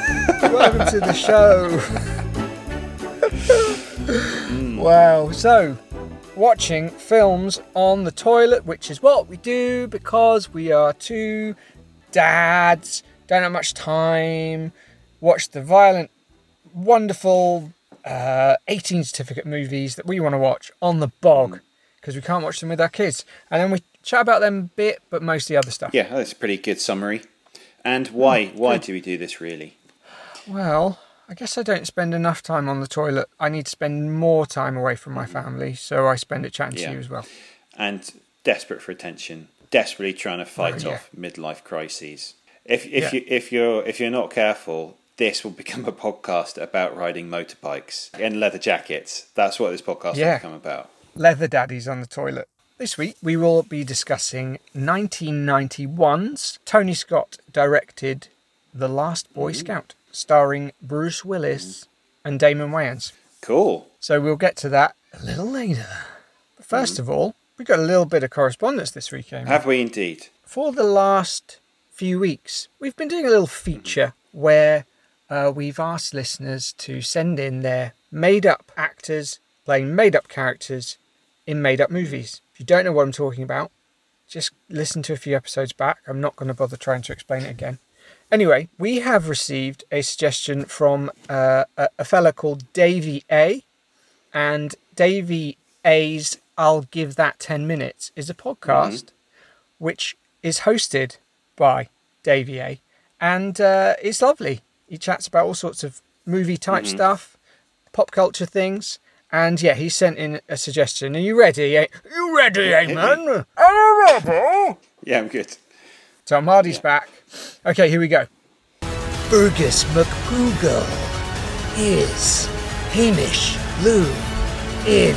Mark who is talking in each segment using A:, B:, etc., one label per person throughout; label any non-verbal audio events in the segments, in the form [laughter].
A: [laughs] Welcome to the show. wow. So, watching films on the toilet, which is what we do because we are two dads, don't have much time, watch the violent, wonderful uh, 18 certificate movies that we want to watch on the bog because we can't watch them with our kids. And then we chat about them a bit, but mostly other stuff.
B: Yeah, that's a pretty good summary. And why
A: Hmm,
B: why do we do this really?
A: Well, I guess I don't spend enough time on the toilet. I need to spend more time away from my family, so I spend it chatting
B: Yeah.
A: to you as well.
B: And desperate for attention, desperately trying to fight
A: Oh, yeah.
B: off midlife crises. If if
A: Yeah.
B: you if you're if you're not careful, this will [laughs] become a podcast about riding motorbikes and leather jackets. That's what this podcast
A: Yeah.
B: will become about.
A: Leather daddies on the toilet. This week we will be discussing 1991's Tony Scott directed The Last Boy Scout, starring Bruce Willis and Damon Wayans.
B: Cool.
A: So we'll get to that a little later. But first of all, we got a little bit of correspondence this weekend.
B: Have we indeed?
A: for the last few weeks, we've been doing a little feature where uh, we've asked listeners to send in their made up actors playing made up characters in made up movies. If you don't know what I'm talking about, just listen to a few episodes back. I'm not going to bother trying to explain it again. Anyway, we have received a suggestion from uh, a, a fella called Davey A. And Davey A's I'll Give That 10 Minutes is a podcast which is hosted by Davey A. And uh, it's lovely. He chats about all sorts of movie type stuff, pop culture things. And yeah, he sent in a suggestion. Are you ready? eh? You ready, Eamon? [laughs] Are you ready?
B: Yeah, I'm good.
A: Tom Hardy's back. Okay, here we go. Burgess McGrugal is Hamish Lou in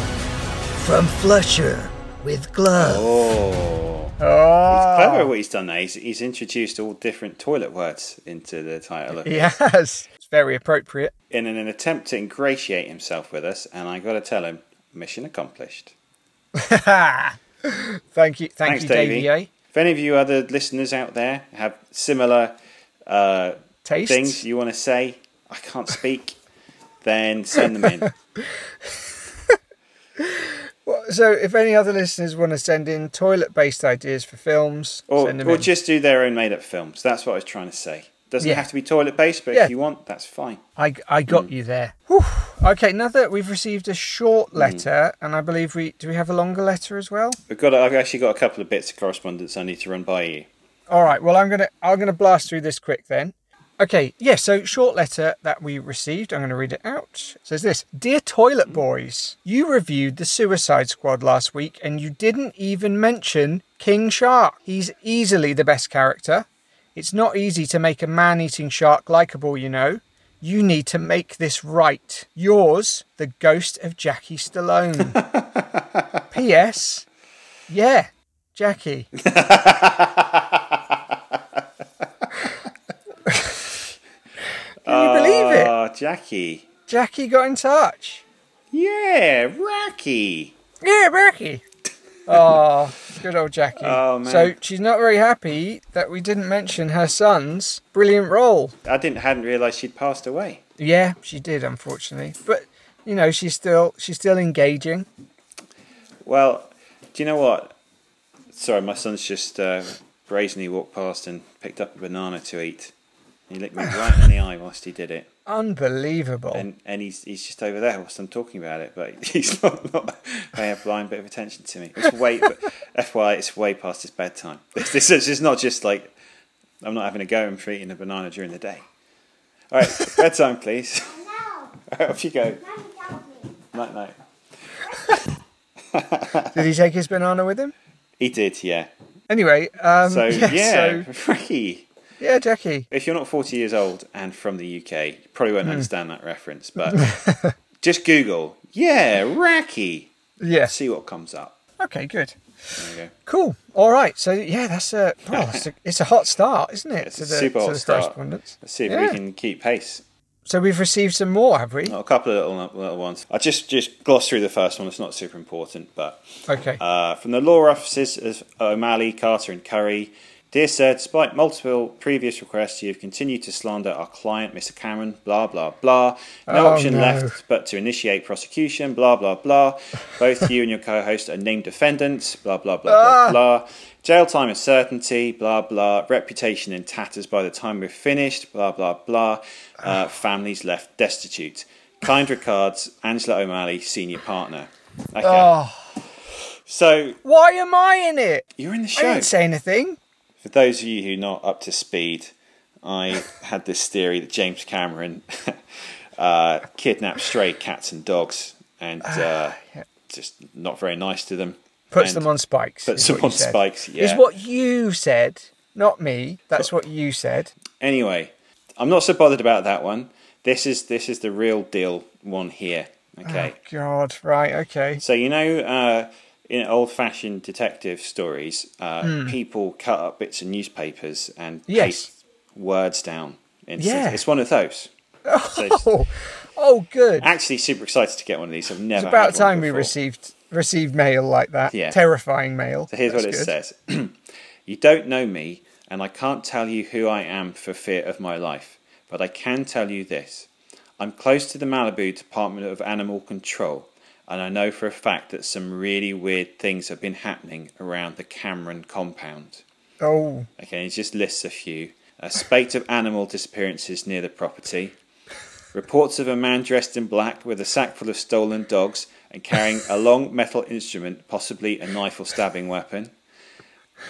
A: from Flusher with glove.
B: Oh,
A: Oh,
B: clever what he's done there. He's, he's introduced all different toilet words into the title of it.
A: yes, it's very appropriate.
B: in an, an attempt to ingratiate himself with us, and I got to tell him, mission accomplished.
A: thank you, thank
B: Thanks,
A: you,
B: Davey.
A: Davey. eh? A.
B: If any of you other listeners out there have similar uh,
A: Tastes.
B: things you want to say, I can't speak, then send them
A: [laughs]
B: in.
A: Well, So, if any other listeners want to send in toilet-based ideas for films,
B: Or,
A: send them
B: or
A: in.
B: just do their own made up films. That's what I was trying to say. Doesn't
A: Yeah.
B: have to be toilet based, but
A: Yeah.
B: if you want, that's fine.
A: I, I
B: Mm.
A: got you there. Whew. Okay, now that we've received a
B: Mm.
A: short letter, and I believe we do we have a longer letter as well.
B: We've got. I've actually got a couple of bits of correspondence I need to run by you.
A: All right. Well, I'm gonna I'm gonna blast through this quick then. Okay. Yeah. So short letter that we received. I'm gonna read it out. It says this: Dear Toilet Boys, you reviewed the Suicide Squad last week, and you didn't even mention King Shark. He's easily the best character. It's not easy to make a man-eating shark likable, you know. You need to make this right. Yours, the ghost of Jackie Stallone. P.S. Yeah,
B: [laughs]
A: Jackie. Can you believe it?
B: Ah, Jackie.
A: Jackie got in touch.
B: Yeah, Racky.
A: Yeah, Becky. oh, good old Jackie.
B: Oh, man.
A: So she's not very happy that we didn't mention her son's brilliant role.
B: I didn't hadn't realised she'd passed away.
A: Yeah, she did, unfortunately. But you know, she's still she's still engaging.
B: Well, do you know what? Sorry, my son's just uh, brazenly walked past and picked up a banana to eat. He looked [laughs] me right in the eye whilst he did it,
A: Unbelievable.
B: and and he's he's just over there whilst I'm talking about it, but [laughs] he's not, not paying a blind bit of attention to me. It's [laughs] way, FYI, it's way past his bedtime. [laughs] This this is it's not just like I'm not having a go and for eating a banana during the day. All [laughs] right, bedtime, please. [laughs]
C: No,
B: Off you go.
C: mommy told me.
B: Night night.
A: Did he take his banana with him?
B: He did, [laughs] yeah.
A: [laughs] Anyway, um,
B: So
A: so
B: yeah, Ricky.
A: Yeah, Jackie.
B: If you're not 40 years old and from the UK, you probably won't understand that reference, but just Google, yeah, Racky.
A: Yes.
B: See what comes up.
A: Okay, good.
B: There you go.
A: Cool. All right. So yeah, that's
B: [laughs]
A: a well, it's a, it's a hot start, isn't it?
B: It's a super hot
A: the
B: start.
A: correspondence.
B: Let's see if
A: Yeah.
B: we can keep pace.
A: So we've received some more, have we?
B: Oh, a couple of little, little ones. I just just gloss through the first one. It's not super important, but
A: Okay.
B: Uh, from the law offices of O'Malley, Carter, and Curry. Dear sir, despite multiple previous requests, you have continued to slander our client, Mr. Cameron, blah, blah, blah. No
A: Oh,
B: option
A: no.
B: left but to initiate prosecution, blah, blah, blah. Both you and your co host are named defendants, blah, blah, blah,
A: Ah.
B: blah, blah. Jail time is certainty, blah, blah. Reputation in tatters by the time we're finished, blah, blah, blah.
A: Ah.
B: Uh, families left destitute. Kind regards, Angela O'Malley, senior partner. Okay.
A: oh,
B: So
A: why am I in it?
B: you're in the
A: I
B: show.
A: didn't say anything.
B: For those of you who are not up to speed, I [laughs] had this theory that James Cameron [laughs] uh, kidnapped stray cats and dogs and uh,
A: Ah, yeah.
B: just not very nice to them.
A: Puts
B: And
A: them on spikes.
B: Puts
A: is
B: them
A: what you
B: on
A: said.
B: spikes, yeah.
A: Is what you said, not me. That's what you said.
B: Anyway, I'm not so bothered about that one. This is this is the real deal one here.
A: Ah.
B: Okay.
A: Oh, God. Right. Okay.
B: So you know, uh, in old-fashioned detective stories, uh, people cut up bits of newspapers and
A: Hmm. Yes.
B: paste words down. Into
A: Yeah.
B: It's one
A: [laughs]
B: of those. So it's-
A: Oh, oh, good.
B: actually, super excited to get one of these. Ah, I've never.
A: It's about
B: had one
A: time we
B: before.
A: received received mail like that.
B: Yeah.
A: Terrifying mail.
B: So here's
A: That's
B: what it
A: good.
B: says: [clears throat] You don't know me, and I can't tell you who I am for fear of my life. But I can tell you this: I'm close to the Malibu Department of Animal Control, and I know for a fact that some really weird things have been happening around the Cameron compound.
A: Oh,
B: Okay, it just lists a few. A spate of animal disappearances near the property. Reports of a man dressed in black with a sack full of stolen dogs and carrying a long metal instrument, possibly a knife or stabbing weapon.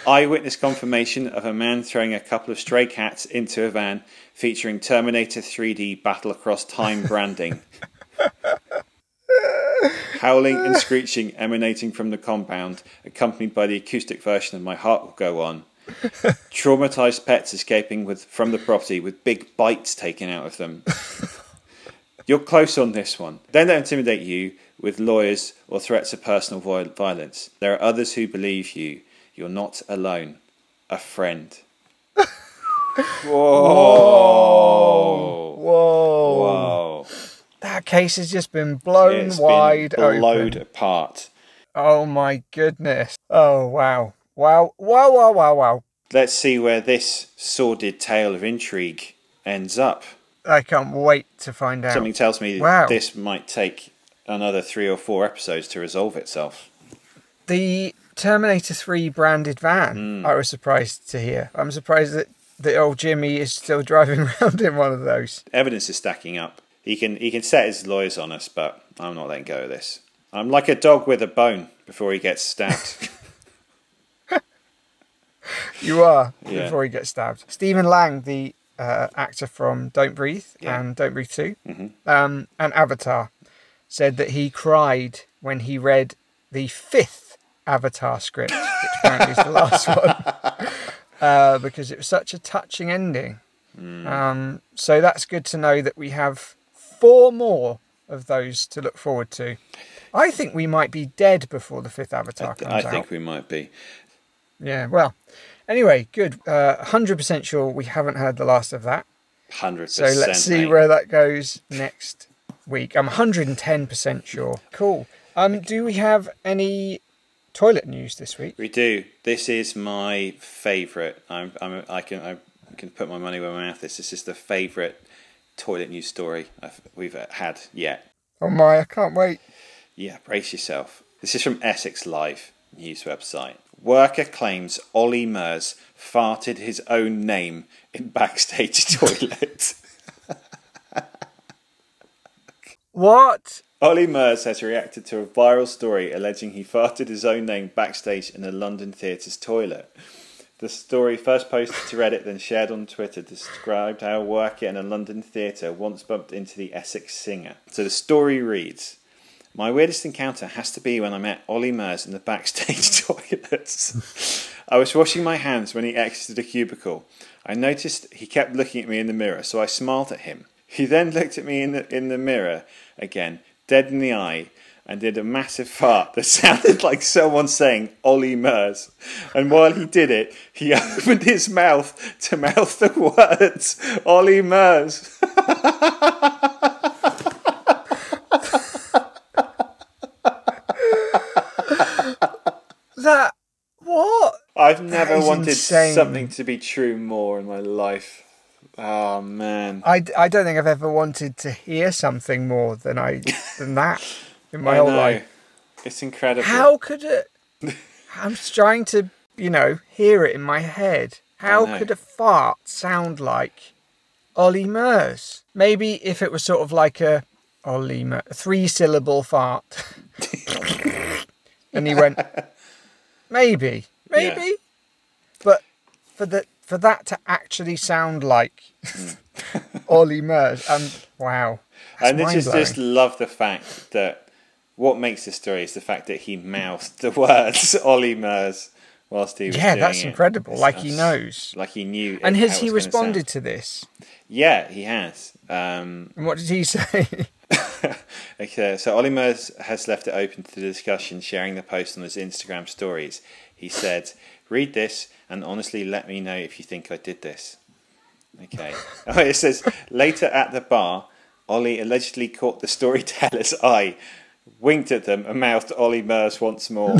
B: Eyewitness confirmation of a man throwing a couple of stray cats into a van featuring Terminator 3D Battle Across Time branding. Howling and screeching emanating from the compound, accompanied by the acoustic version of My Heart Will Go On traumatized pets escaping with from the property with big bites taken out of them. You're close on this one. Don't let intimidate you with lawyers or threats of personal viol- violence. There are others who believe you. You're not alone. A friend. Whoa.
A: whoa.
B: Whoa.
A: That case has just been blown
B: It's
A: wide
B: been blowed
A: open.
B: apart.
A: Oh my goodness. Oh wow. Wow. Wow wow wow wow.
B: Let's see where this sordid tale of intrigue ends up.
A: I can't wait to find out.
B: Something tells me
A: Wow.
B: this might take another three or four episodes to resolve itself.
A: The Terminator 3 branded van, I was surprised to hear. I'm surprised that the old Jimmy is still [laughs] driving around in one of those.
B: Evidence is stacking up. He can he can set his lawyers on us, but I'm not letting go of this. I'm like a dog with a bone before he gets
A: [laughs]
B: stabbed.
A: You are
B: Yeah.
A: before he gets stabbed. Stephen Lang, the uh, actor from Don't Breathe
B: Yeah. Mm-hmm.
A: and Don't Breathe 2 um, and Avatar, said that he cried when he read the fifth Avatar script, which apparently is the
B: [laughs]
A: last one, uh, because it was such a touching ending.
B: Mm.
A: Um, so that's good to know that we have four more of those to look forward to. I think we might be dead before the fifth Avatar comes
B: I
A: out.
B: think we might be.
A: Yeah, well, anyway, good. Uh, 100% sure we haven't heard the last of that.
B: Hundred
A: So
B: percent.
A: let's see where that goes next week. I'm 110% sure. Cool. Um, do we have any toilet news this week?
B: we do. This is my favourite. I'm, I'm I can I can put my money where my mouth is. This is the favourite toilet news story I've, we've had yet.
A: Oh my, I can't wait.
B: Yeah, brace yourself. This is from Essex Live news website. Worker claims Ollie Mers farted his own name in [laughs] backstage toilet. [laughs]
A: What?
B: Ollie Mers has reacted to a viral story alleging he farted his own name backstage in a London theatre's toilet. The story, first posted to Reddit, then shared on Twitter, described how a worker in a London theatre once bumped into the Essex singer. So the story reads My weirdest encounter has to be when I met Ollie Mers in the backstage [laughs] toilets. I was washing my hands when he exited a cubicle. I noticed he kept looking at me in the mirror, so I smiled at him. He then looked at me in the, in the mirror again, dead in the eye, and did a massive fart that [laughs] sounded like someone saying Ollie Murs. And while he did it, he [laughs] opened his mouth to mouth the words Ollie Murs.
A: That what?
B: I've never
A: is
B: wanted
A: insane.
B: something to be true more in my life. Oh, man.
A: I, d- I don't think I've ever wanted to hear something more than I than that in my
B: I
A: whole
B: know.
A: life.
B: It's incredible.
A: How could it? I'm just trying to you know hear it in my head. How
B: know.
A: could a fart sound like Ollie Murs? Maybe if it was sort of like a Ollie Murs, three syllable fart, and he
B: [laughs]
A: went maybe maybe, but for the for that to actually sound like
B: Hmm.
A: Ollie Murs, um, wow. That's
B: and I just, just love the fact that what makes this story is the fact that he mouthed the [laughs] words Ollie Murs whilst he was
A: yeah,
B: doing
A: that's
B: it.
A: incredible.
B: It's-
A: like he
B: that's-
A: knows.
B: Like he knew.
A: And
B: it-
A: has
B: how
A: he
B: it's gonna sound.
A: responded to this?
B: Yeah, he has. Um,
A: And what did he [laughs] say?
B: okay, so Ollie Murs has left it open to the discussion, sharing the post on his Instagram stories. He said, "Read this and honestly let me know if you think I did this." Okay. [laughs] Oh, it says later at the bar, Ollie allegedly caught the storyteller's [laughs] eye, winked at them, and mouthed Ollie Murs once more.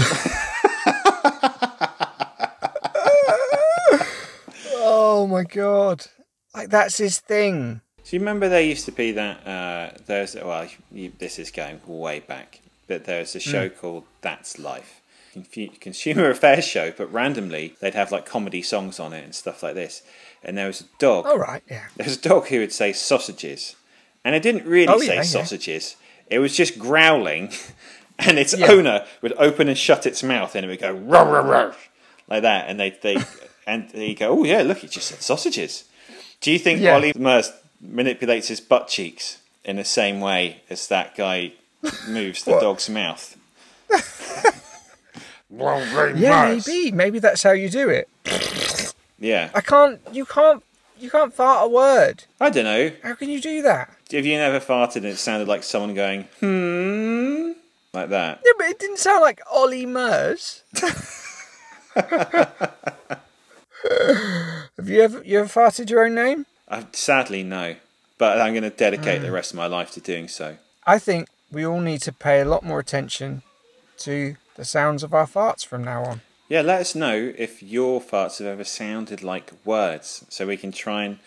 A: oh my god! Like that's his thing.
B: Do you remember there used to be that uh, there's well you, this is going way back, but there was a show called That's Life, Confu- consumer affairs show, but randomly they'd have like comedy songs on it and stuff like this, and there was a dog.
A: All right, yeah.
B: There was a dog who would say sausages, and it didn't really
A: Oh,
B: say
A: yeah, yeah.
B: sausages. It was just growling, [laughs] and its
A: Yeah.
B: owner would open and shut its mouth, and it would go roar, roar, roar, like that, and they they
A: [laughs]
B: and they go, oh yeah, look, it just said sausages. Do you think
A: Yeah.
B: Ollie Murs manipulates his butt cheeks in the same way as that guy moves the
A: What?
B: dog's mouth?
A: Yeah, maybe. Maybe that's how you do it.
B: Yeah,
A: I can't. You can't. You can't fart a word.
B: I don't know.
A: How can you do that?
B: Have you never farted and it sounded like someone going hmm like that?
A: Yeah, but it didn't sound like Ollie Murs. Have you ever you ever farted your own name?
B: I sadly no, but I'm going to dedicate
A: Hmm.
B: the rest of my life to doing so.
A: I think we all need to pay a lot more attention to the sounds of our farts from now on.
B: Yeah, let us know if your farts have ever sounded like words, so we can try and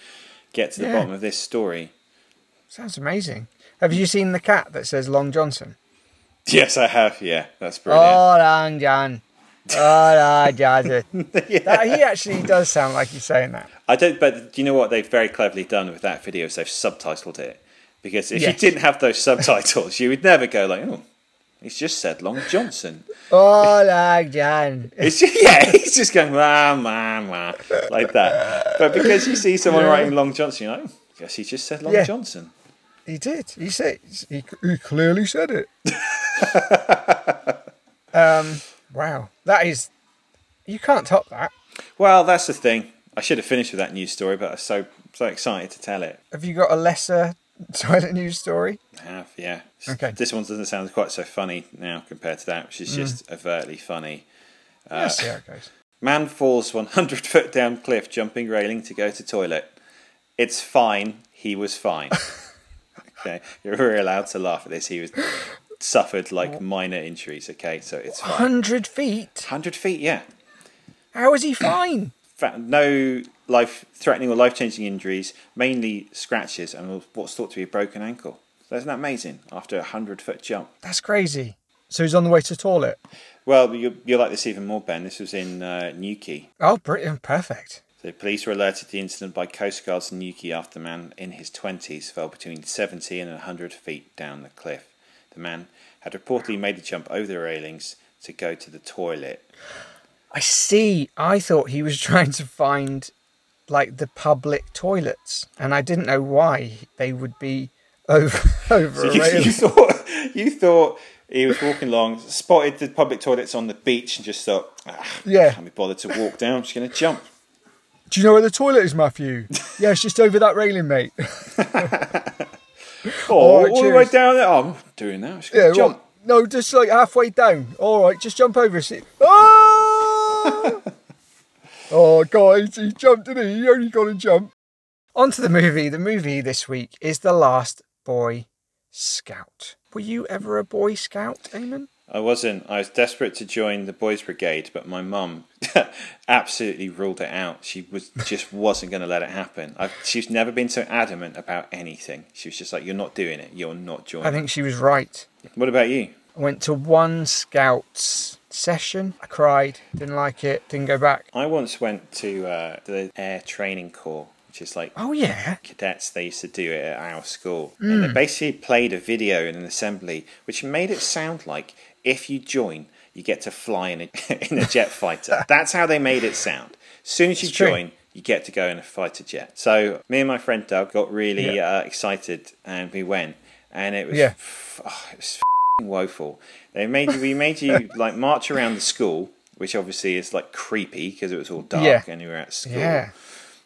B: get to the
A: Yeah.
B: bottom of this story. [laughs]
A: Sounds amazing. Have you seen the cat that says Long Johnson?
B: Yes, I have. Yeah, that's brilliant.
A: Oh, Long John. Oh, Long [laughs] Johnson. That- he actually does sound like he's saying that.
B: I don't. But do you know what they've very cleverly done with that video? Is they've subtitled it because if
A: Yes.
B: you didn't have those [laughs] subtitles, you would never go like, "Oh, he's just said Long Johnson."
A: Oh, Long John.
B: It's just, [laughs] yeah, he's just going wah, wah, wah, like that. But because you see someone writing Long Johnson, you're like, "Oh, guess he just said Long
A: Yeah.
B: Johnson.
A: He did. He said he, he clearly said [laughs] it. um, wow, that is you can't top that.
B: Well, that's the thing. I should have finished with that news story, but I'm so so excited to tell it.
A: Have you got a lesser [laughs] toilet news story?
B: I have, yeah.
A: Okay. Mm.
B: This one doesn't sound quite so funny now compared to that, which is just overtly funny. Uh,
A: Let's see how it goes.
B: Man falls 100 foot down cliff, jumping railing to go to toilet. It's fine. He was fine. okay, you're allowed to laugh at this. He was suffered like minor injuries. Okay, so it's fine.
A: Hundred feet.
B: 100 feet, yeah.
A: How is he fine?
B: fa- no life threatening or life changing injuries, mainly scratches and what's thought to be a broken ankle. So isn't that amazing after a 100 foot jump?
A: That's crazy. So he's on the way to toilet.
B: Well, you'll, you'll like this even more, Ben. This was in uh, Newquay.
A: Oh, brilliant! Perfect.
B: So police were alerted to the incident by Coast Guards in Newquay after a man in his 20s fell between 70 and 100 feet down the cliff. The man had reportedly made the jump over the railings to go to the toilet.
A: I see. I thought he was [laughs] trying to find like the public toilets, and I didn't know why they would be [laughs] over over
B: So
A: a
B: [laughs]
A: [laughs]
B: you,
A: rail.
B: you thought you thought He was walking along, spotted the public toilets on the beach, and just thought, ah,
A: Yeah.
B: can't be bothered to walk down. I'm just going to
A: [laughs]
B: jump.
A: Do you know where the toilet is, Matthew? yeah, it's just over that railing, mate. [laughs]
B: Oh,
A: right,
B: all the way
A: cheers.
B: down there. Oh, I'm not doing that. I'm just
A: Yeah,
B: going to jump.
A: right. No, just like halfway down. All right, just jump over. See- [laughs]
B: [laughs]
A: Ah! oh, guys, he jumped, didn't he? He only got to jump. On to the movie. The movie this week is The Last Boy Scout. Were you ever a Boy Scout, Eamon?
B: I wasn't. I was desperate to join the boys' brigade, but my mum [laughs] absolutely ruled it out. She was just wasn't going to let it happen. I've, she's never been so adamant about anything. She was just like, "You're not doing it. You're not
A: I
B: joining."
A: think she was right.
B: what about you?
A: I went to one Scouts session. I cried, didn't like it, didn't go back.
B: I once went to uh, the Air Training Corps, which is like
A: Oh, yeah.
B: cadets they used to do it at our school and
A: Hmm.
B: they basically played a video in an assembly which made it sound like if you join you get to fly in a, in a [laughs] jet
A: [laughs]
B: fighter that's how they made it sound as soon as you
A: It's true.
B: join you get to go in a fighter jet so me and my friend doug got really uh, excited and we went and it was,
A: Yeah.
B: f- oh, it was woeful. They made you, we
A: [laughs]
B: made you like march around the school, which obviously is like creepy because it was all dark
A: Yeah.
B: and we were at school.
A: Yeah.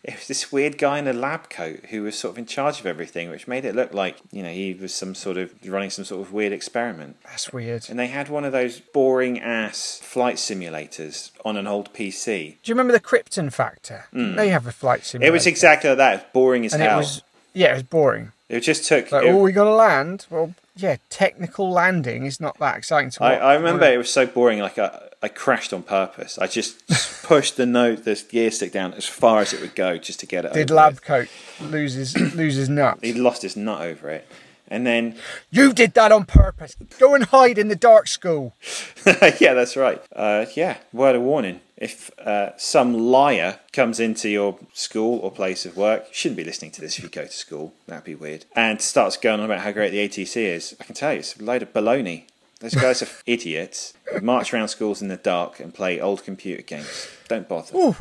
B: It was this weird guy in a lab coat who was sort of in charge of everything, which made it look like you know he was some sort of running some sort of weird experiment.
A: That's weird.
B: And they had one of those boring ass flight simulators on an old PC.
A: Do you remember the Krypton Factor? They have a flight simulator.
B: Hmm. It was exactly like that, boring as
A: and
B: hell.
A: it was yeah, it was boring.
B: It just took.
A: Like,
B: it-
A: oh, we got to land. Well, yeah, technical landing is not that exciting to
B: I,
A: watch.
B: I remember it was so boring. Like I, I crashed on purpose.
A: [laughs]
B: I just pushed the note, the gear stick down as far as it would go, just to get it.
A: Did
B: over
A: lab
B: with.
A: coat lose [coughs] his lose his nuts?
B: He lost his nut over it, and then
A: You did that on purpose. Go and hide in the dark school.
B: [laughs] yeah, that's right. Uh, yeah, word of warning: if uh, some liar comes into your school or place of work, you shouldn't be listening to this if you go to school. That'd be weird. And starts going on about how great the ATC is. I can tell you, it's a load of baloney. Those guys are idiots. who March around schools in the dark and play old computer games. Don't bother.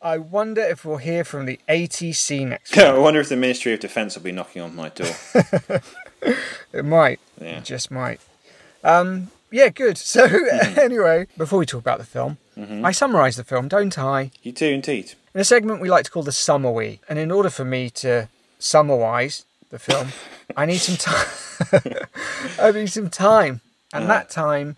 A: I wonder if we'll hear from the ATC next.
B: Yeah, [laughs] I wonder if the Ministry of Defence will be knocking on my door.
A: It might.
B: Yeah.
A: It just might. Um, yeah, good. [laughs] So
B: Mm-hmm.
A: anyway, before we talk about the film, I summarise the film, don't I?
B: you do indeed.
A: In a segment we like to call the summary, and in order for me to summarise the
B: [laughs]
A: film, I need some time. [laughs] I need some time, and
B: Uh-huh.
A: that time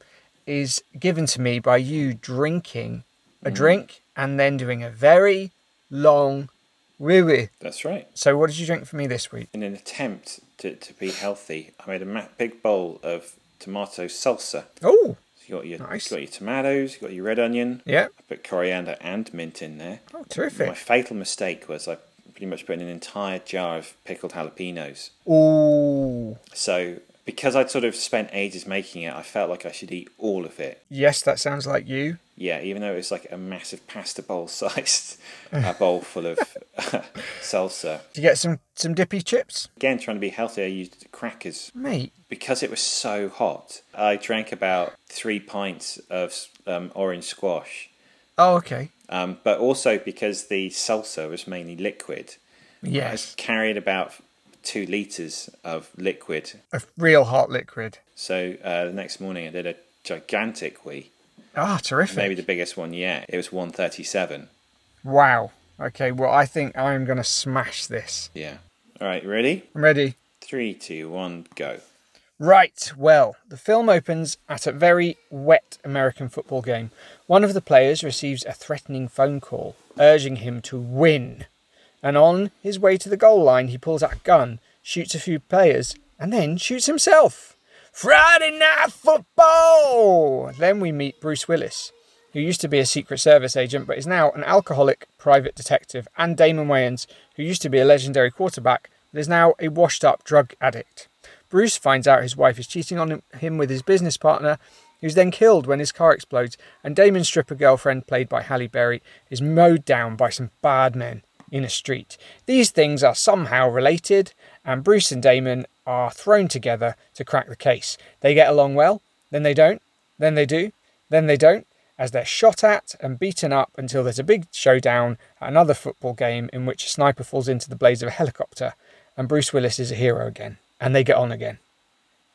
A: is given to me by you drinking
B: Mm-hmm.
A: a drink and then doing a very long wee wee.
B: That's right.
A: So, what did you drink for me this week?
B: In an attempt to, to be healthy, I made a ma- big bowl of tomato salsa.
A: Oh,
B: You got your
A: Nice.
B: you got your tomatoes, you got your red onion.
A: yeah,
B: I put coriander and mint in there.
A: oh,
B: My
A: terrific.
B: fatal mistake was I pretty much put in an entire jar of pickled jalapenos.
A: Oh,
B: So because I'd sort of spent ages making it, I felt like I should eat all of it.
A: yes, that sounds like you.
B: Yeah, even though it was like a massive pasta bowl [laughs] sized a bowl full of [laughs] salsa.
A: Did you get some some dippy chips,
B: Again, trying to be healthy, I used crackers.
A: mate?
B: Because it was so hot, I drank about three pints of um, orange squash.
A: Oh, okay.
B: Um, but also because the salsa was mainly liquid, I
A: Yes,
B: carried about two litres of liquid.
A: a real hot liquid.
B: So uh, the next morning, I did a gigantic wee,
A: Ah, terrific.
B: maybe the biggest one yet. It was 137.
A: Wow. Okay, well, I think I'm going to smash this.
B: Yeah. All right, ready?
A: I'm ready.
B: Three, two, one, go.
A: Right, well, the film opens at a very wet American football game. One of the players receives a threatening phone call urging him to win. And on his way to the goal line, he pulls out a gun, shoots a few players, and then shoots himself. Friday Night Football! Then we meet Bruce Willis, who used to be a Secret Service agent but is now an alcoholic private detective, and Damon Wayans, who used to be a legendary quarterback but is now a washed up drug addict. Bruce finds out his wife is cheating on him- him with his business partner, who's then killed when his car explodes, and Damon's stripper girlfriend, played by Halle Berry, is mowed down by some bad men in a street. These things are somehow related, and Bruce and Damon are thrown together to crack the case. They get along well, then they don't, then they do, then they don't, as they're shot at and beaten up until there's a big showdown at another football game in which a sniper falls into the blades of a helicopter, and Bruce Willis is a hero again, and they get on again.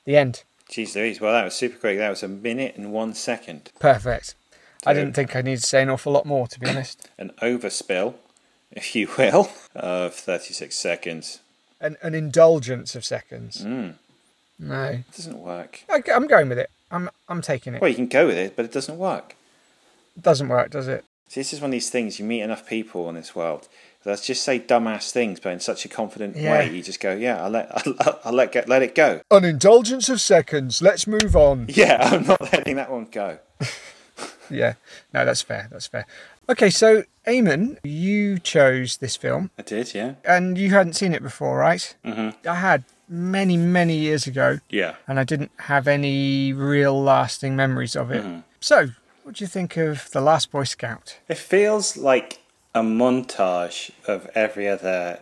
A: The end.
B: Jeez Louise, well, that was super quick. That was a minute and one second.
A: Perfect. I
B: So-
A: didn't think I needed to say an awful lot more, to be
B: [coughs]
A: honest.
B: An overspill, [laughs] if you will, of 36 seconds.
A: An, an indulgence of seconds. No,
B: It doesn't work.
A: I, am going with it. I'm I'm taking it.
B: Well, you can go with it, but it doesn't work.
A: Doesn't work, does it?
B: See, this is one of these things you meet enough people in this world. They'll just say dumbass things, but in such a confident
A: Yeah.
B: way, you just go, "Yeah, I'll let, I'll, I'll let, go, let it go." [laughs]
A: An indulgence of seconds. Let's move on.
B: Yeah, I'm not letting that one go.
A: Yeah. No, that's fair. That's fair. Okay, so Eamon, you chose this film,
B: I did, yeah,
A: and you hadn't seen it before, right? Mm-hmm. I had many, many years ago,
B: yeah.
A: and I didn't have any real lasting memories of it. So, what do you think of The Last Boy Scout?
B: It feels like a montage of every other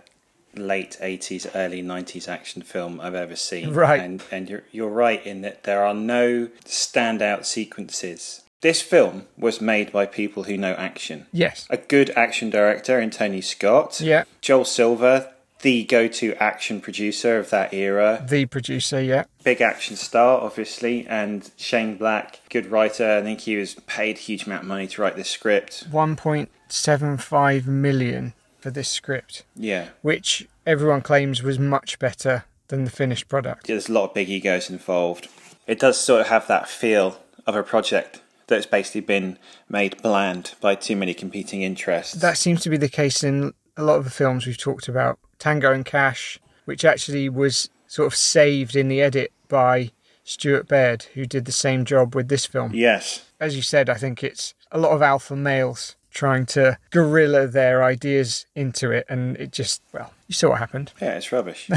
B: late 80s, early 90s action film I've ever seen.
A: Right.
B: And, and you're, you're right in that there are no standout sequences. This film was made by people who know action.
A: Yes.
B: A good action director in Tony Scott.
A: Yeah.
B: Joel Silver, the go to action producer of that era.
A: The producer, yeah.
B: Big action star, obviously. And Shane Black, good writer. I think he was paid a huge amount of money to write this script.
A: 1.75 million for this script,
B: Yeah.
A: which everyone claims was much better than the finished product.
B: there's a lot of big egos involved. It does sort of have that feel of a project that's basically been made bland by too many competing interests.
A: That seems to be the case in a lot of the films we've talked about. Tango and Cash, which actually was sort of saved in the edit by Stuart Baird, who did the same job with this film.
B: yes.
A: As you said, I think it's a lot of alpha males trying to guerrilla their ideas into it, and it just, well, you saw what happened.
B: Yeah, it's rubbish.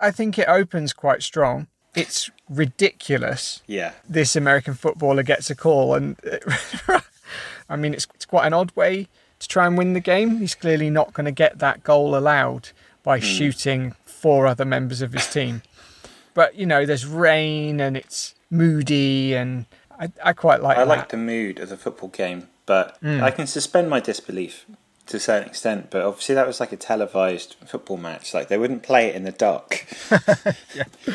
A: I think it opens quite strong. It's ridiculous.
B: yeah.
A: This American footballer gets a call, and [laughs] I mean, it's, it's quite an odd way to try and win the game. He's clearly not going to get that goal allowed by
B: Hmm.
A: shooting four other members of his team. but you know, there's rain and it's moody, and I, I quite like.
B: I like
A: that. Mm.
B: the mood of the football game, but I can suspend my disbelief to a certain extent. But obviously, that was like a televised football match. Like they wouldn't play it in
A: [laughs]
B: the dark. [laughs]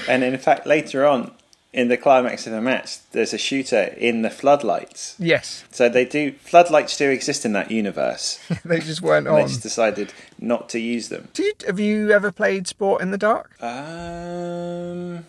B: And in fact, later on in the climax of the match, there's a shooter in the floodlights.
A: Yes, [laughs]
B: So they do floodlights do exist in that universe.
A: they just weren't
B: and they
A: on.
B: just decided not to use them.
A: Do you, have you ever played sport in the dark?
B: Um,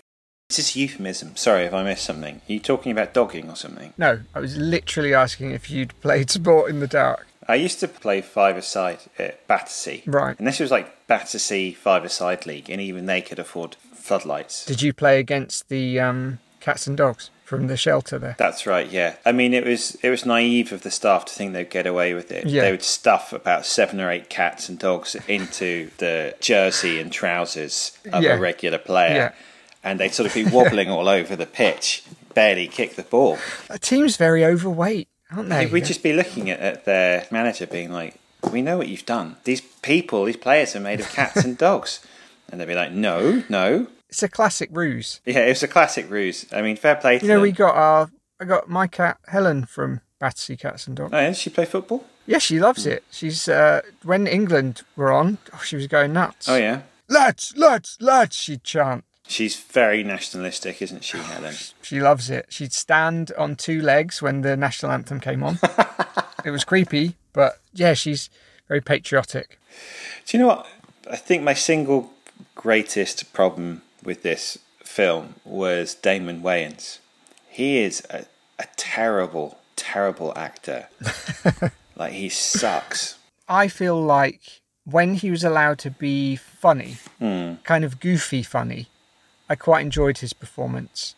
B: it's just euphemism. Sorry if I missed something. Are you talking about dogging or something?
A: No, I was literally asking if you'd played [laughs] sport in the dark.
B: I used to play five-a-side at Battersea.
A: Right.
B: And this was like Battersea five-a-side league, and even they could afford floodlights.
A: Did you play against the um, cats and dogs from the shelter there?
B: That's right. Yeah. I mean, it was it was naive of the staff to think they'd get away with it.
A: Yeah.
B: They would stuff about seven or eight cats and dogs into the jersey and trousers of
A: Yeah.
B: a regular player,
A: Yeah.
B: and they'd sort of be wobbling all over the pitch, barely kick the ball.
A: The team's very overweight, aren't they?
B: We'd just be looking at, at their manager, being like, "We know what you've done. These people, these players, are made of cats and dogs." And they'd be like, "No, no."
A: It's a classic ruse.
B: Yeah, it was a classic ruse. I mean, fair play to
A: You know,
B: them.
A: we got our. I got my cat Helen from Battersea Cats and Dogs.
B: Oh, yeah, she play football?
A: Yeah, she loves it. She's uh, when England were on, oh, she was going nuts.
B: Oh yeah.
A: Lads, lads, lads! She'd chant.
B: She's very nationalistic, isn't
A: [sighs]
B: she, Helen?
A: She loves it. She'd stand on two legs when the national anthem came
B: [laughs]
A: on. it was creepy, but yeah, she's very patriotic.
B: Do you know what? I think my single greatest problem with this film was Damon Wayans. He is a, a terrible, terrible
A: [laughs]
B: actor. like, he sucks.
A: I feel like when he was allowed to be funny, kind of goofy funny, I quite enjoyed his performance.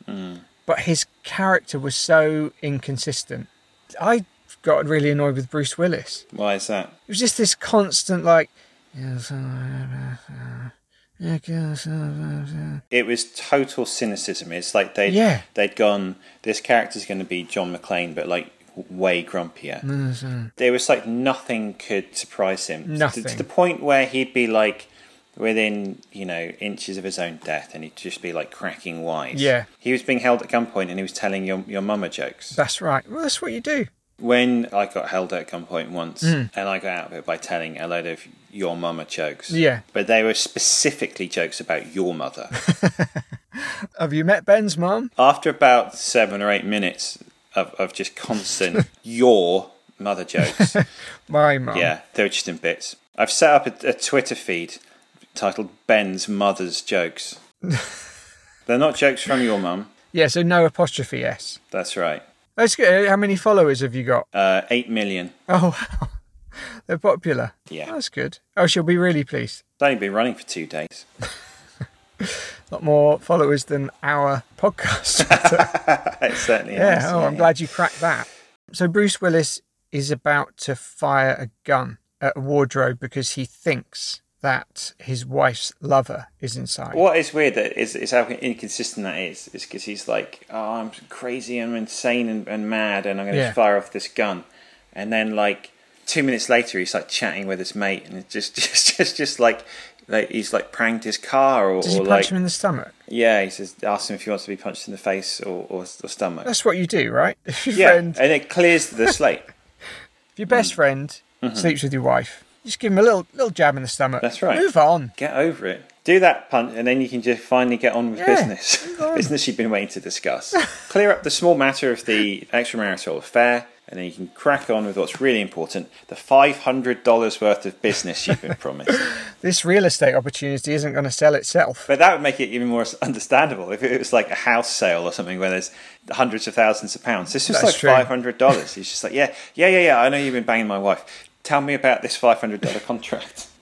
A: But his character was so inconsistent. I got really annoyed with Bruce Willis.
B: Why is that?
A: It was just this constant, like. Yeah,
B: It was total cynicism. It's like they'd,
A: Yeah.
B: they'd gone, this character's going to be John McClane, but like way grumpier. There was like nothing could surprise him. To-
A: Nothing.
B: To, the point where he'd be like within, you know, inches of his own death and he'd just be like cracking wise.
A: Yeah.
B: He was being held at gunpoint and he was telling your, your mama jokes.
A: that's right. Well, that's what you do.
B: When I got held at gunpoint once
A: Hmm.
B: and I got out of it by telling a load of your mama jokes.
A: Yeah.
B: But they were specifically jokes about your mother.
A: Have you met Ben's mum?
B: After about seven or eight minutes of, of just
A: [laughs]
B: constant your mother jokes,
A: My mum.
B: yeah, they were just in bits. I've set up a, a Twitter feed titled Ben's
A: [laughs]
B: Mother's Jokes. They're not jokes from your mum.
A: Yeah, so no apostrophe S.
B: That's right.
A: That's good. How many followers have you got?
B: Uh, eight million.
A: Oh, wow. [laughs] They're popular.
B: Yeah.
A: That's good. Oh, she'll be really pleased.
B: It's only been running for two days.
A: A lot more followers than our
B: [laughs]
A: podcast.
B: It certainly has.
A: yeah. Oh, I'm glad you cracked that. So, Bruce Willis is about to fire a gun at a wardrobe because he thinks that his wife's lover is inside.
B: What is weird that is, is how inconsistent that is. Is because he's like, oh, I'm crazy, I'm insane and, and mad, and I'm going to
A: Yeah.
B: fire off this gun, and then like two minutes later, he's like chatting with his mate, and it's just [laughs] just just just like. Like he's like pranked his car, or,
A: Does he
B: or
A: punch
B: like
A: him in the stomach?
B: yeah, he says ask him if he wants to be punched in the face or or, or stomach.
A: That's what you do, right? [laughs] If your
B: yeah,
A: friend,
B: and it clears the slate.
A: if your best friend sleeps with your wife, just give him a little little jab in the stomach.
B: Mm-hmm. That's right.
A: Move on.
B: Get over it. Do that punch, and then you can just finally get on with
A: Yeah,
B: business.
A: move on.
B: [laughs] business you've been waiting to discuss. Clear up the small matter of the extramarital affair, and then you can crack on with what's really important the $500 worth of business you've been promised.
A: [laughs] This real estate opportunity isn't going to sell itself.
B: But that would make it even more understandable if it was like a house sale or something where there's hundreds of thousands of pounds. This was
A: That's
B: like
A: true.
B: $500. He's just like, yeah, yeah, yeah, yeah, I know you've been banging my wife. Tell me about this $500 contract. [laughs]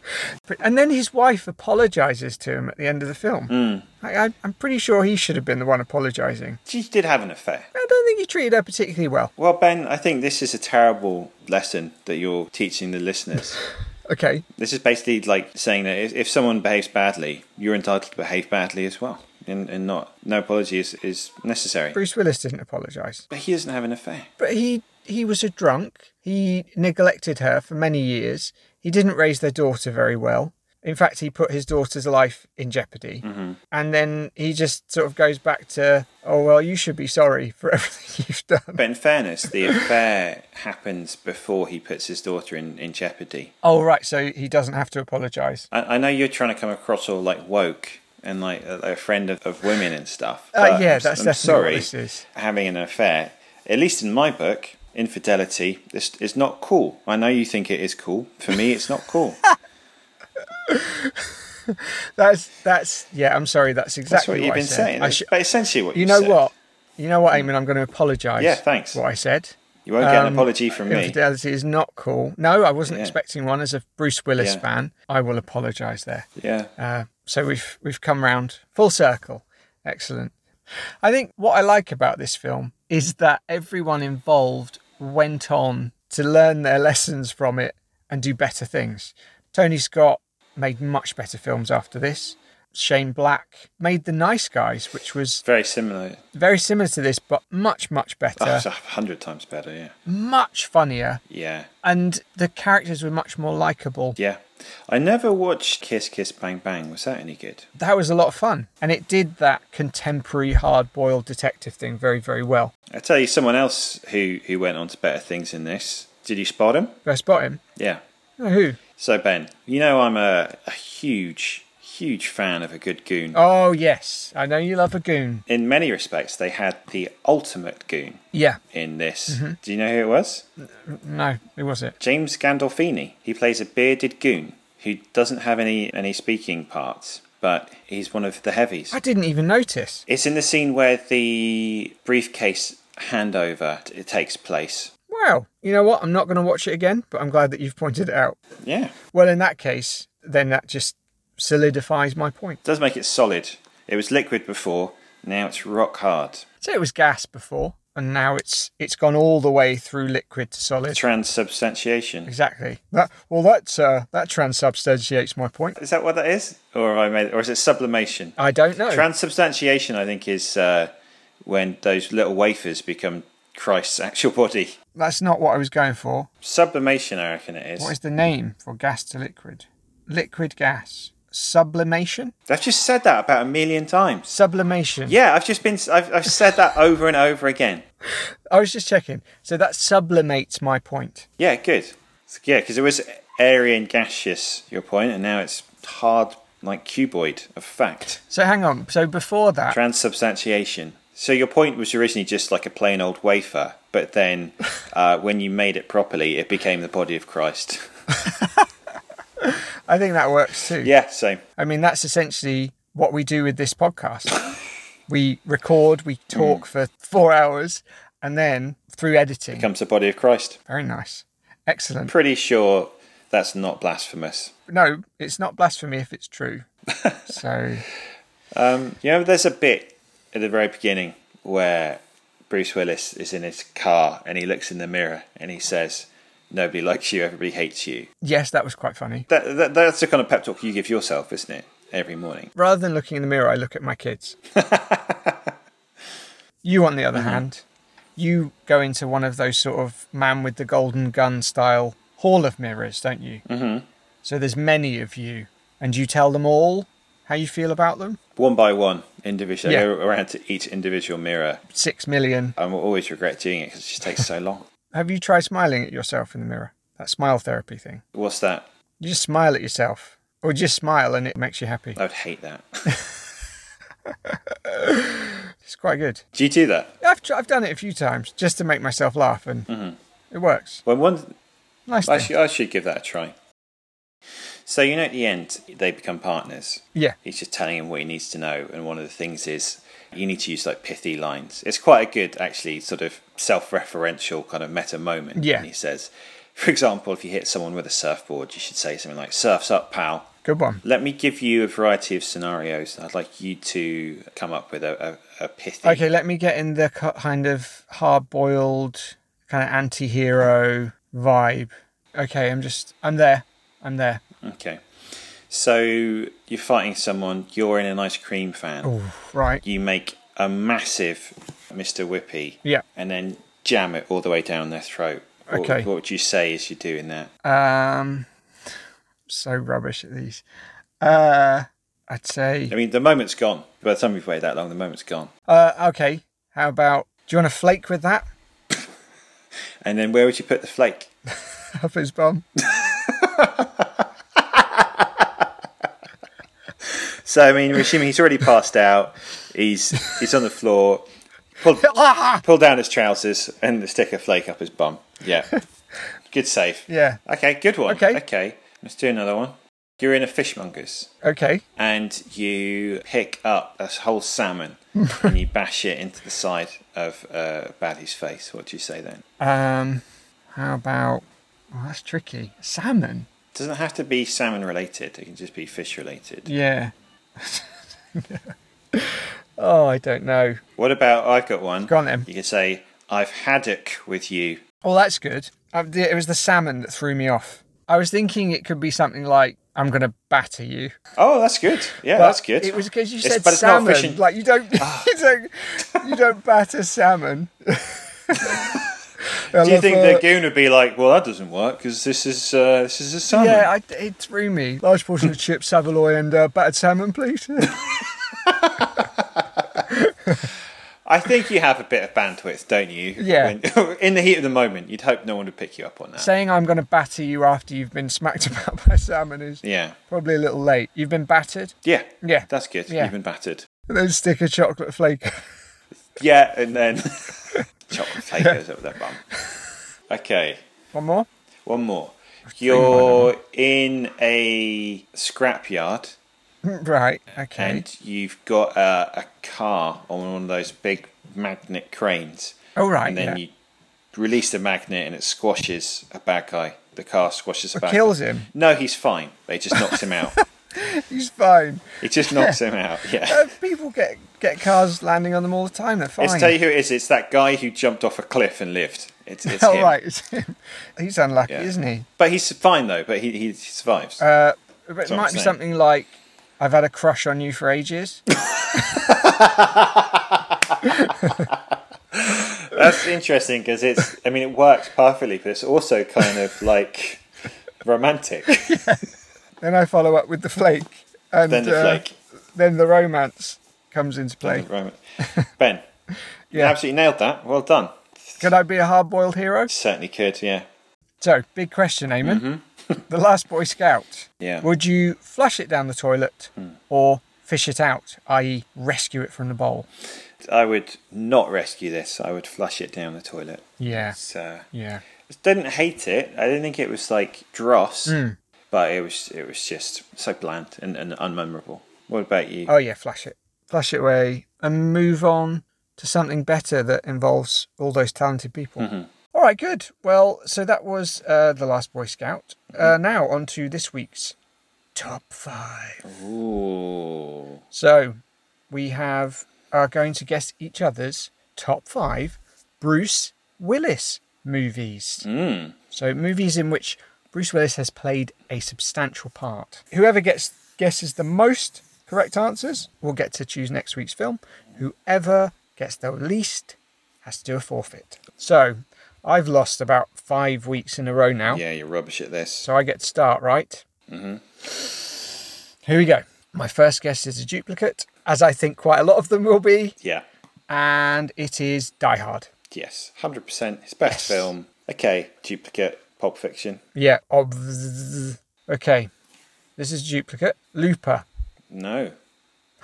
A: But- And then his wife apologizes to him at the end of the film.
B: Hmm.
A: Like, I, I'm pretty sure he should have been the one apologizing.
B: She did have an affair.
A: I don't think he treated her particularly well.
B: Well, Ben, I think this is a terrible lesson that you're teaching the listeners.
A: Okay.
B: this is basically like saying that if, if someone behaves badly, you're entitled to behave badly as well, and, and not no apology is, is necessary.
A: Bruce Willis didn't apologize.
B: But he doesn't have an affair.
A: But he, he was a drunk. He neglected her for many years. He didn't raise their daughter very well. In fact, he put his daughter's life in jeopardy.
B: Mm-hmm.
A: And then he just sort of goes back to, oh, well, you should be sorry for [laughs] everything you've done.
B: But in fairness, the affair happens before he puts his daughter in, in jeopardy.
A: Oh, right. So he doesn't have to apologize.
B: I, I know you're trying to come across all like woke and like a, a friend of, of women and stuff.
A: Uh,
B: but
A: yeah,
B: I'm,
A: that's
B: I'm
A: definitely
B: sorry.
A: what this is.
B: having an affair, at least in my book, infidelity is, is not cool. I know you think it is cool. For me, it's not
A: [laughs]
B: cool.
A: That's that's yeah. I'm sorry. That's
B: That's
A: exactly
B: what you've
A: I
B: been
A: said.
B: saying.
A: I sh-
B: But essentially, what you,
A: you know
B: said. Hmm.
A: what? You know what, Eamon? I'm going to apologise.
B: Yeah, thanks.
A: What I said.
B: You won't get an
A: Um,
B: apology from me.
A: Infidelity is not cool. No, I wasn't
B: Yeah.
A: expecting one. As a Bruce Willis
B: Yeah.
A: fan, I will apologise there.
B: Yeah.
A: Uh, so we've we've come round full circle. Excellent. I think what I like about this film is that everyone involved went on to learn their lessons from it and do better things. Tony Scott made much better films after this. Shane Black made The Nice Guys, which was
B: Very similar.
A: very similar to this, but much, much
B: Oh,
A: better,
B: it's [laughs] a hundred times better. Yeah.
A: much funnier,
B: Yeah.
A: and the characters were much more likable.
B: Yeah. I never watched Kiss Kiss Bang Bang. Was that any good?
A: That was a lot of fun, and it did that contemporary hard boiled detective thing very, very well.
B: I tell you, someone else who who went on to better things in this. Did you spot him?
A: Did I spot him?
B: Yeah.
A: Oh, Who?
B: So Ben, you know I'm a, a huge, huge fan of a good goon.
A: Oh, yes. I know you love a goon.
B: in many respects, they had the ultimate goon
A: Yeah.
B: in this.
A: Mm-hmm.
B: Do you know who it was?
A: No, who was it?
B: James Gandolfini. He plays a bearded goon who doesn't have any, any speaking parts, but he's one of the heavies.
A: I didn't even notice.
B: It's in the scene where the briefcase handover t- it takes place.
A: Wow. You know what? I'm not going to watch it again, but I'm glad that you've pointed it out.
B: Yeah,
A: Well, in that case, then that just solidifies my point.
B: does make it solid. It was liquid before, now it's rock hard.
A: So it was gas before, and now it's it's gone all the way through liquid to solid.
B: Transubstantiation.
A: Exactly. That well, that's uh, that transubstantiates my point.
B: Is that what that is? Or have I made, or is it sublimation?
A: I don't know.
B: Transubstantiation, I think, is uh, when those little wafers become Christ's actual body.
A: that's not what I was going for.
B: Sublimation, I reckon it is.
A: What is the name for gas to liquid? Liquid gas. Sublimation.
B: I've just said that about a million times.
A: Sublimation.
B: Yeah, I've just been. I've, I've said that [laughs] over and over again.
A: I was just checking. So that sublimates my point.
B: Yeah, good. Yeah, because it was airy and gaseous, your point, and now it's hard like cuboid of fact,
A: So hang on. So before that,
B: transubstantiation. So your point was originally just like a plain old wafer, but then uh, when you made it properly, it became the body of Christ. [laughs]
A: I think that works too.
B: yeah, so
A: I mean, that's essentially what we do with this
B: [laughs]
A: podcast. we record, we
B: Mm.
A: talk for four hours, and then through editing.
B: comes the body of Christ.
A: Very nice. Excellent.
B: Pretty sure that's not blasphemous.
A: No, it's not blasphemy if it's true. so,
B: You know, there's a bit at the very beginning where Bruce Willis is in his car and he looks in the mirror and he says, "Nobody likes you. Everybody hates you."
A: yes, that was quite funny.
B: That, that that's the kind of pep talk you give yourself, isn't it? Every morning.
A: Rather than looking in the mirror, I look at my kids. you, on the other hand, you go into one of those sort of man with the golden gun style hall of mirrors, don't you? Mm-hmm. So there's many of you, and you tell them all how you feel about them.
B: One by one, individual. I
A: Yeah.
B: go around to each individual mirror.
A: Six million.
B: I will always regret doing it because it just takes so long. [laughs]
A: Have you tried smiling at yourself in the mirror? That smile therapy thing.
B: What's that?
A: You just smile at yourself, or just smile and it makes you happy.
B: I would hate that. [laughs]
A: It's quite good.
B: do you do that?
A: I've, tr- I've done it a few times just to make myself laugh, and it works.
B: Well, one
A: Nice.
B: I
A: thing.
B: should, I should give that a try. So you know, at the end, they become partners.
A: Yeah.
B: He's just telling him what he needs to know, and one of the things is you need to use like pithy lines. It's quite a good, actually, sort of self-referential kind of meta moment.
A: Yeah.
B: And he says, for example, if you hit someone with a surfboard, you should say something like "Surfs up, pal."
A: Good one.
B: Let me give you a variety of scenarios. I'd like you to come up with a, a, a pithy.
A: Okay, let me get in the cu- kind of hard boiled, kind of anti hero vibe. Okay, I'm just, I'm there. I'm there.
B: Okay. So you're fighting someone. You're in an ice cream fan.
A: Oh. Right.
B: you make a massive Mr. Whippy
A: Yeah.
B: and then jam it all the way down their throat. What-
A: Okay.
B: What, would you say as you're doing that?
A: Um, so rubbish at these. Uh, I'd say,
B: I mean, the moment's gone. By the time we've waited that long, the moment's gone.
A: uh, okay, how about, do you want to flake with that? [laughs]
B: And then where would you put the flake?
A: Up his bum.
B: So, I mean, we're assuming he's already passed out. He's he's on the floor. Pull,
A: Ah!
B: pull down his trousers and stick a flake up his bum. Yeah. Good save.
A: Yeah,
B: Okay, good one.
A: Okay.
B: Okay. Let's do another one. You're in a fishmonger's.
A: okay.
B: and you pick up a
A: [laughs]
B: whole salmon and you bash it into the side of uh, Baddie's face. What do you say then?
A: Um, how about, oh, that's tricky. Salmon?
B: It doesn't have to be salmon related, it can just be fish related.
A: Yeah. [laughs] oh, I don't know.
B: What about I've got one?
A: Go on then.
B: You can say, I've haddock with you.
A: Well, that's good. Uh, the- It was the salmon that threw me off. I was thinking it could be something like, I'm going to batter you.
B: Oh, that's good. Yeah,
A: But
B: that's good.
A: It was because you
B: It's-
A: said
B: but it's not Ah.
A: salmon.
B: fishing.
A: Like, you don't, [laughs] you don't, you don't batter
B: [laughs]
A: salmon. uh,
B: do you think the goon would be like, well, that doesn't work because this is uh, this is a salmon?
A: Yeah, I, it threw me. Large portion of chips, saveloy, and uh, battered salmon, please. [laughs]
B: I think you have a bit of bandwidth, don't you?
A: Yeah.
B: When- [laughs] in the heat of the moment, you'd hope no one would pick you up on that.
A: Saying I'm going to batter you after you've been smacked [laughs] about by salmon is
B: yeah.
A: probably a little late. You've been battered,
B: Yeah.
A: Yeah.
B: That's good.
A: Yeah.
B: You've been battered.
A: and then stick a chocolate flake.
B: Yeah, and then [laughs] chocolate flake goes up their bum. Okay,
A: [laughs] One more.
B: one more. You're in a scrapyard
A: Right. Okay.
B: and you've got a, a car on one of those big magnet cranes.
A: All Oh, right.
B: And then
A: yeah.
B: you release the magnet and it squashes a bad guy. The car squashes a bad
A: kills
B: guy.
A: him.
B: No, he's fine. They just knocks him out.
A: He's fine.
B: It
A: [laughs]
B: just knocks him out. Yeah.
A: Uh, people get get cars landing on them all the time. They're fine.
B: Let's tell
A: [laughs]
B: you who it is. It's that guy who jumped off a cliff and lived. It's, it's
A: All
B: him.
A: right. It's him. [laughs] He's unlucky,
B: Yeah.
A: isn't he?
B: But he's fine though. But he, he survives.
A: Uh, but it
B: what I'm
A: might be
B: saying.
A: something like, "I've had a crush on you for ages." [laughs]
B: That's interesting because it's. I mean, it works perfectly, but it's also kind of like
A: [laughs]
B: romantic.
A: then I follow up with the flake, and
B: Then the
A: uh,
B: flake.
A: then the romance comes into play.
B: Roman. Ben, you
A: Yeah.
B: absolutely nailed that. Well done.
A: Could I be a hard-boiled hero?
B: Certainly could. Yeah.
A: So, big question, Eamon.
B: Mm-hmm.
A: [laughs] the last Boy Scout.
B: Yeah.
A: Would you flush it down the toilet or fish it out, i.e., rescue it from the bowl?
B: I would not rescue this. I would flush it down the toilet.
A: Yeah.
B: So
A: Yeah.
B: I didn't hate it. I didn't think it was like dross,
A: Hmm.
B: but it was it was just so bland and, and unmemorable. What about you?
A: Oh, yeah, flush it. Flush it away and move on to something better that involves all those talented people. All right, good. Well, so that was uh, The Last Boy Scout. Uh, now, on to this week's top five.
B: Ooh.
A: So we have are going to guess each other's top five Bruce Willis movies.
B: Mm.
A: So movies in which Bruce Willis has played a substantial part. Whoever gets guesses the most correct answers will get to choose next week's film. Whoever gets the least has to do a forfeit. So I've lost about five weeks in a row now.
B: Yeah, you're rubbish at this.
A: So I get to start, right? Mm-hmm. Here we go. My first guess is a duplicate, as I think quite a lot of them will be,
B: Yeah.
A: and it is Die Hard.
B: Yes. Hundred percent. His best film. Okay. Duplicate. Pulp Fiction.
A: Yeah, obv- okay. This is duplicate. Looper. [gasps]
B: No.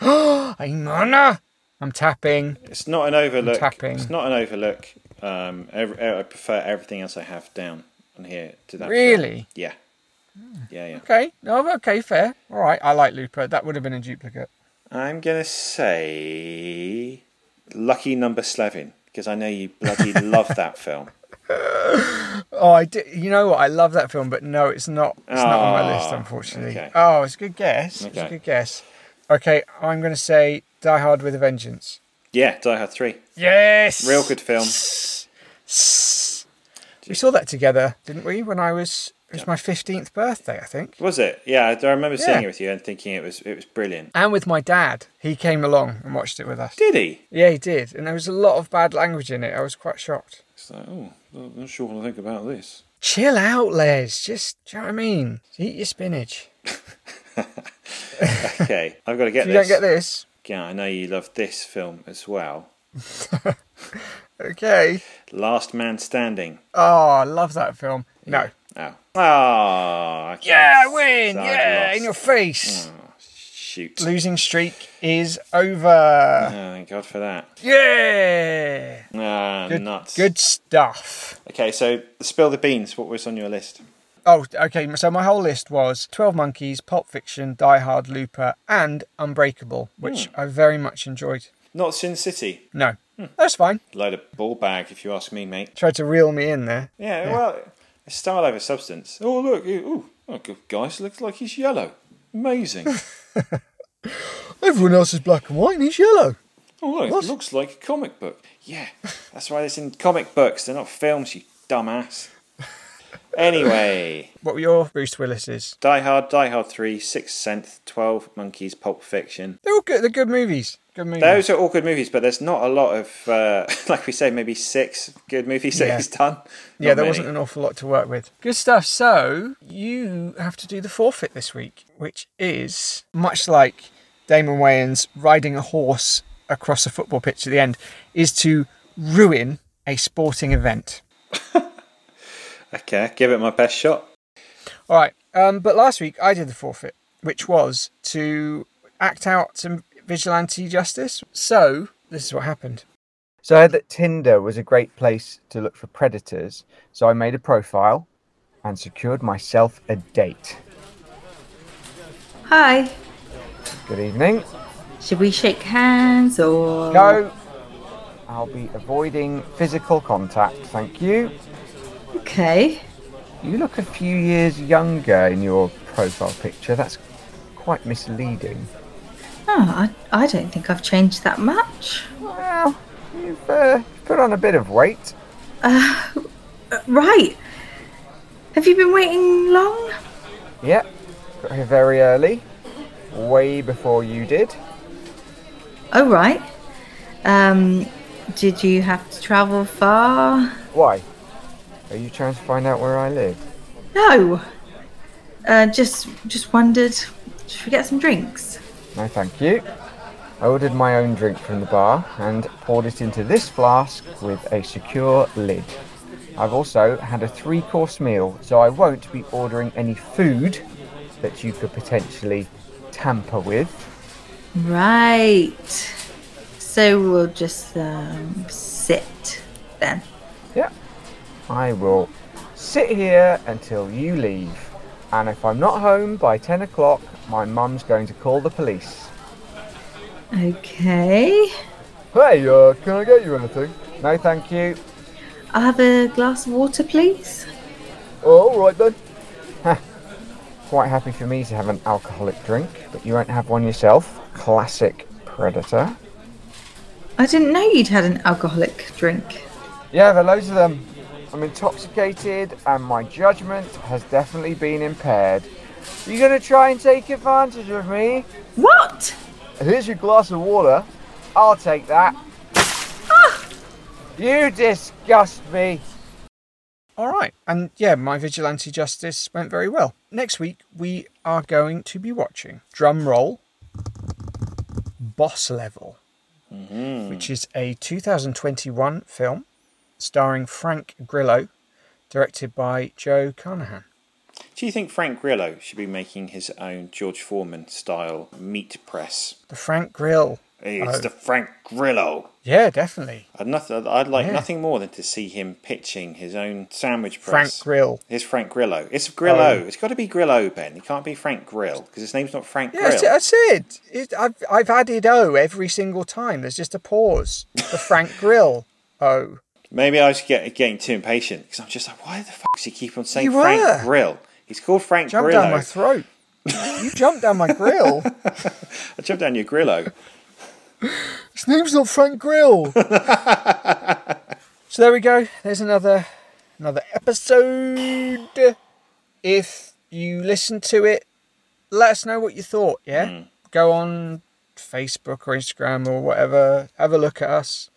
A: I'm on a- I'm tapping.
B: It's not an overlook.
A: tapping.
B: It's not an overlook. Um, ev- I prefer everything else I have down on here to that.
A: Really?
B: film. Yeah. Yeah, yeah.
A: Okay. No, okay, fair. All right, I like Looper. That would have been a duplicate.
B: I'm gonna say Lucky Number Slevin because I know you bloody love that film.
A: Oh, I did. You know what? I love that film, but no, it's not. It's not on my list,
B: Ah,
A: unfortunately.
B: okay.
A: Oh, it's a good guess. It's a
B: Okay.
A: good guess. Okay, I'm going to say Die Hard with a Vengeance.
B: Yeah, Die Hard Three,
A: Yes.
B: real good film.
A: We saw that together, didn't we? When I was it was my fifteenth birthday, I think.
B: Was it? Yeah, I- I remember seeing
A: Yeah.
B: it with you and thinking it was it was brilliant.
A: And with my dad, he came along and watched it with us.
B: Did he?
A: Yeah, he did. And there was a lot of bad language in it. I was quite shocked.
B: It's like, oh, I'm not sure what I think about this.
A: Chill out, Les. Just, do you know what I mean? Eat your spinach.
B: Okay, I've got to
A: If
B: get
A: you
B: this.
A: don't get this,
B: Yeah, I know you love this film as well.
A: okay.
B: Last Man Standing.
A: Oh, I love that film. No.
B: Oh. Ah. okay.
A: Yeah, I win.
B: So I've
A: yeah,
B: lost.
A: in your face.
B: Oh, shoot.
A: Losing streak is over.
B: Oh, thank God for that.
A: Yeah.
B: Ah,
A: Good,
B: nuts.
A: good stuff.
B: Okay, so spill the beans. What was on your list?
A: Oh, okay. So my whole list was 12 Monkeys, Pulp Fiction, Die Hard, Looper, and Unbreakable, which I very much enjoyed.
B: Not Sin City.
A: No, that's fine.
B: Load of ball bag, if you ask me, mate.
A: Tried to reel me in there.
B: Yeah, well, it's style over substance. Oh, look. Ooh, oh, good guys. Looks like he's yellow.
A: [laughs]
B: Amazing.
A: Everyone else is black and white and he's yellow.
B: oh, look, it looks like a comic book. Yeah, that's why it's in comic books. They're not films, you
A: [laughs]
B: dumbass. Anyway,
A: What were your Bruce Willis's?
B: Die Hard, Die Hard 3, Sixth Sense, 12 Monkeys, Pulp Fiction.
A: They're all good. They're good movies. Good movies.
B: Those are all good movies, but there's not a lot of, uh, [laughs] like we say, maybe six good movies that
A: Yeah.
B: he's done.
A: yeah,
B: Not
A: there
B: many.
A: wasn't an awful lot to work with. Good stuff. So you have to do the forfeit this week, which is much like Damon Wayans riding a horse across a football pitch at the end, is to ruin a sporting event.
B: Okay, give it my best shot.
A: All right. Um, but last week I did the forfeit, which was to act out some vigilante justice. So this is what happened. So I heard that Tinder was a great place to look for predators. So I made a profile and secured myself a date.
C: Hi.
A: Good evening.
C: Should we shake hands or?
A: No, I'll be avoiding physical contact. Thank you.
C: Okay.
A: You look a few years younger in your profile picture. That's quite misleading.
C: Oh, I, I don't think I've changed that much.
A: Well, you've uh, put on a bit of weight.
C: Right. Have you been waiting long?
A: Yep, got here very early, way before you did.
C: Oh, right. Um, did you have to travel far?
A: Why? Are you trying to find out where I live?
C: No. Uh, just just wondered. Should we get some drinks?
A: No, thank you. I ordered my own drink from the bar and poured it into this flask with a secure lid.
D: I've also had a three course meal, so I won't be ordering any food that you could potentially tamper with.
C: Right. So we'll just um, sit then.
D: Yeah. I will sit here until you leave. And if I'm not home by 10 o'clock, my mum's going to call the police.
C: Okay.
D: Hey, uh, can I get you anything? No, thank you.
C: I'll have a glass of water, please.
D: All right then. Quite happy for me to have an alcoholic drink, but you won't have one yourself. Classic predator.
C: I didn't know you'd had an alcoholic drink.
D: Yeah, there are loads of them. I'm intoxicated, and my judgment has definitely been impaired. You gonna try and take advantage of me?
C: What?
D: Here's your glass of water. I'll take that. You disgust me.
A: All right. And yeah, my vigilante justice went very well. Next week, we are going to be watching drum roll Boss Level, which is a 2021 film starring Frank Grillo, directed by Joe Carnahan.
B: Do you think Frank Grillo should be making his own George Foreman style meat press?
A: The Frank Grill.
B: It's
A: Oh.
B: the Frank Grillo.
A: Yeah, definitely.
B: I'd, noth- I'd like
A: Yeah.
B: nothing more than to see him pitching his own sandwich
A: Frank Um,
B: press.
A: Grill.
B: It's Frank Grillo. It's Grillo. It's got to be Grillo, Ben. It can't be Frank Grill because his name's not Frank
A: Yeah, I
B: Grill.
A: said- I said. It, I've, I've added O every single time. There's just a pause. The Frank Grill O.
B: Maybe I was get, getting too impatient because I'm just like, why the fuck does he keep on saying
A: You
B: Frank
A: were.
B: Grill? He's called Frank
A: Jump
B: Grillo.
A: down my throat. you jumped down my grill.
B: I jumped down your Grillo.
A: His name's not Frank Grill. so there we go. There's another another episode. If you listen to it, let us know what you thought. Yeah, go on Facebook or Instagram or whatever. Have a look at us.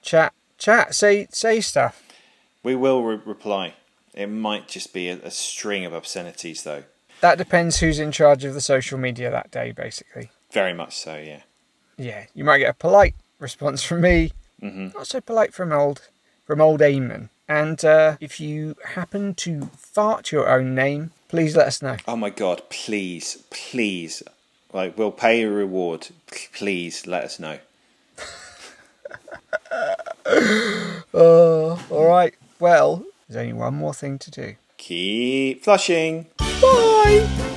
A: Chat, chat. Say say stuff.
B: We will re- reply. It might just be a, a string of obscenities, though.
A: That depends who's in charge of the social media that day, basically.
B: Very much so, yeah.
A: Yeah, you might get a polite response from me, not so polite from old from old Eamon. And uh, if you happen to fart your own name, please let us know.
B: Oh my God! Please, please, like we'll pay a reward. P- Please let us know.
A: Uh, all right. Well, there's only one more thing to do.
B: Keep flushing.
A: Bye.